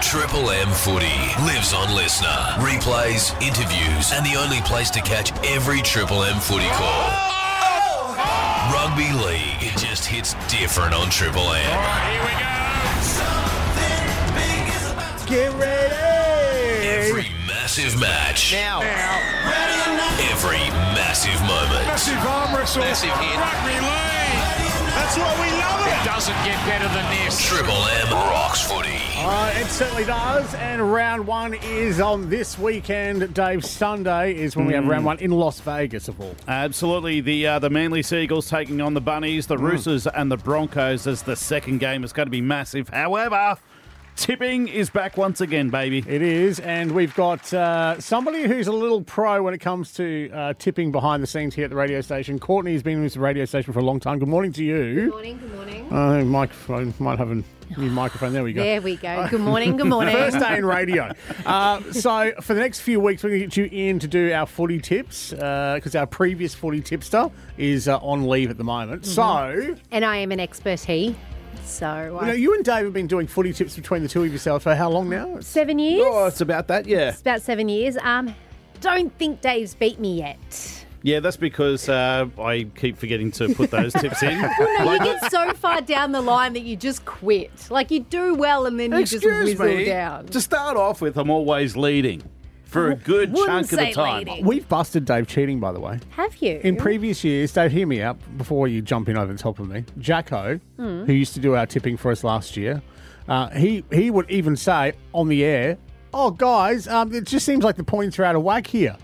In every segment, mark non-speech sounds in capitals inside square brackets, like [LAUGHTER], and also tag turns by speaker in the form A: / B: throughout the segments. A: Triple M footy lives on listener. Replays, interviews, and the only place to catch every Triple M footy call. Rugby league, it just hits different on Triple M.
B: Get ready!
A: Every massive match,
C: Now,
A: every massive moment.
B: Massive arm wrestle.
C: Massive hit.
B: Rugby league. That's why we love it.
C: doesn't get better than this.
A: Triple M rocks footy.
B: Uh, it certainly does. And round one is on this weekend. Dave, Sunday is when we have round one in Las Vegas, of all.
D: Absolutely. The uh, the Manly Seagulls taking on the Bunnies, the Roosters, and the Broncos as the second game is going to be massive. However, tipping is back once again, baby.
B: It is. And we've got uh, somebody who's a little pro when it comes to uh, tipping behind the scenes here at the radio station. Courtney's been with the radio station for a long time. Good morning to you.
E: morning, good morning.
B: Uh, microphone might have a new microphone. There we go.
E: There we go. Good morning, good morning.
B: First day in radio. Uh, so for the next few weeks, we're going to get you in to do our footy tips because our previous footy tipster is uh, on leave at the moment. So
E: and I am an expert he. So,
B: you, know,
E: uh,
B: you and Dave have been doing footy tips between the two of yourselves for how long now? It's-
E: seven years?
D: Oh, it's about that, yeah.
E: It's about seven years. Um, Don't think Dave's beat me yet.
D: Yeah, that's because uh, I keep forgetting to put those tips [LAUGHS] in.
E: No, you get so far down the line that you just quit. Like, you do well and then you just whizzle down.
D: To start off with, I'm always leading for a good
E: Wouldn't
D: chunk of the
E: say
D: time.
E: leading.
B: We've busted Dave cheating, by the way.
E: Have you?
B: In previous years, Dave, hear me out before you jump in over the top of me. Jacko,
E: Hmm.
B: who used to do our tipping for us last year, uh, he he would even say on the air, "Oh, guys, um, it just seems like the points are out of whack here."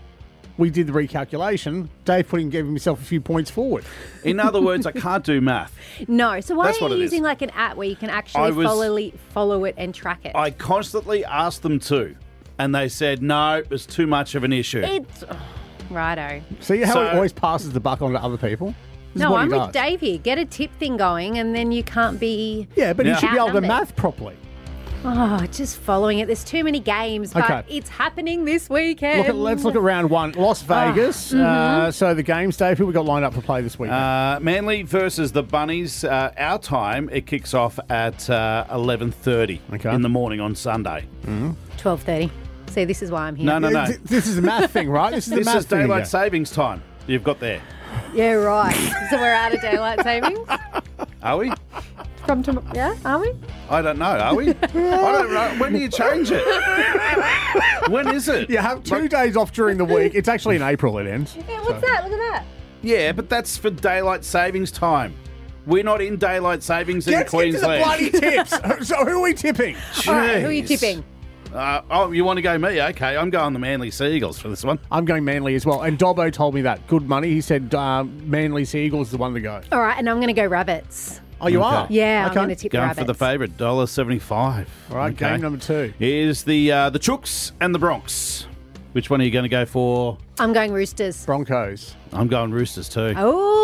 B: We did the recalculation. Dave putting gave himself a few points forward.
D: In other words,
E: [LAUGHS]
D: I can't do math.
E: no. So, why
D: That's
E: are
D: what
E: you
D: it is.
E: using like an app where you can
D: I
E: actually
D: was-
E: follow, follow it and track it?
D: I constantly asked them to, and they said, no, it's too much of an issue.
E: it's. oh, righto.
B: See how it
D: So-
B: always passes the buck on to other people. This is
E: No,
B: what he
E: I'm
B: does.
E: with Dave here. Get a tip thing going, and then you can't be.
B: Yeah, but he
D: Yeah.
B: should be able to
E: Outnumbered.
B: math properly.
E: Oh, just following it. There's too many games, but
B: Okay.
E: it's happening this weekend.
B: Look at, let's look at round one. Las
E: Ah.
B: Vegas.
E: Mm-hmm.
B: uh, so the games, Dave. Who we got lined up for play this week?
D: Uh, Manly versus the Bunnies. Uh, our time it kicks off at uh, eleven thirty
B: Okay.
D: in the morning on Sunday.
E: 12:30. See, this is why I'm here.
D: No, no, no.
B: This is a math thing, right? This is the
D: [LAUGHS] This
B: math
D: is
B: thing.
D: daylight
B: again.
D: savings time. You've got there,
E: [LAUGHS] Yeah, right. so we're out of daylight savings
D: are we?
E: [LAUGHS] from tomorrow. Yeah, are we?
D: I don't know. Are we? I don't know. When do you change it? when is it?
B: You have two days off during the week. It's actually in April it ends.
E: Yeah, what's that? Look at that.
D: Yeah, but that's for daylight savings time. We're not in daylight savings in Queensland.
B: tips. [LAUGHS] so who are we tipping?
E: All right, who are you
D: Jeez.
E: tipping?
D: Uh, oh, you want to go me? Okay, I'm going the Manly Seagulls for this one.
B: I'm going Manly as well. And Dobbo told me that. Good money. He said um, Manly Seagulls is the one to go.
E: All right, and I'm going to go rabbits.
B: Oh, you
D: Okay.
B: are?
E: Yeah, I'm
B: Okay.
E: going to tip
D: Going
E: rabbits.
D: for the favourite, dollar seventy-five.
B: All right, game number two.
D: Is the uh, the Chooks and the Bronx? Which one are you going to go for?
E: I'm going roosters.
B: Broncos.
D: I'm going Roosters too. yeah.
E: Oh,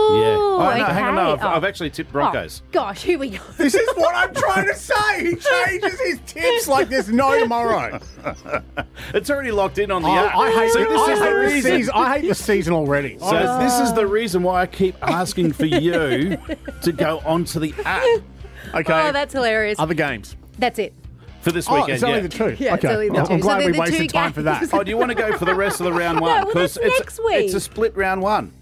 D: Oh,
E: okay.
D: no, hang on. No, I've,
E: Oh.
D: I've actually tipped Broncos.
E: Oh, gosh, here we go. [LAUGHS]
B: This is what I'm trying to say. He changes his tips like there's no [LAUGHS] tomorrow.
D: It's already locked in on the
B: I,
D: app.
B: Oh, I hate,
D: so
B: it.
D: this
B: I
D: is
B: hate
D: the
B: the
D: reason.
B: season. I hate the season already.
D: So this is the reason why
B: [LAUGHS]
D: I keep asking for you to go onto the app
B: okay.
E: Oh, that's hilarious.
B: Other games.
E: That's it.
D: for this
B: Oh,
D: weekend.
B: it's only
D: yeah.
B: the two.
E: Yeah, it's
B: okay.
E: only the
B: I'm
E: two. So
B: glad
E: they're
B: we
E: the
B: wasted
E: two
B: time for that.
E: [LAUGHS] games.
D: Oh, do you want to go for the rest of the
E: [LAUGHS]
D: round one?
E: well, that's
D: it's
E: next week.
D: it's a split round one.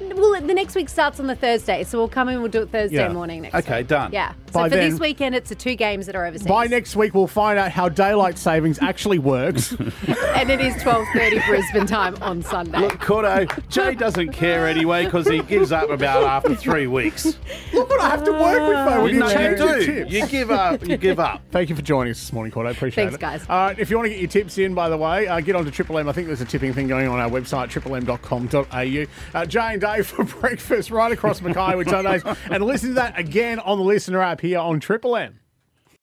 E: Well, the next week starts on the Thursday, so we'll come and we'll do it Thursday
B: Yeah.
E: morning next week.
D: Okay, done.
E: Yeah. So
B: By
E: for
B: then-
E: this weekend, it's the two games that are overseas.
B: By next week, we'll find out how daylight savings actually works. [LAUGHS]
E: and it is 12.30 Brisbane time on Sunday.
D: Look, Cordo, Jay doesn't care anyway because he gives up about after three weeks.
B: Look what I have to work with, though. When you
D: No,
B: change your
D: you do.
B: tips.
D: You give up. You give up.
B: Thank you for joining us this morning, Cord. I appreciate
E: Thanks,
B: it.
E: guys.
B: All right, if you want to get your tips in, by the way, uh, get onto Triple M. I think there's a tipping thing going on our website, triplem.com.au. Uh, Jay and Dave [LAUGHS] for breakfast right across Mackay with Sundays. and listen to that again on the listener app here on Triple M.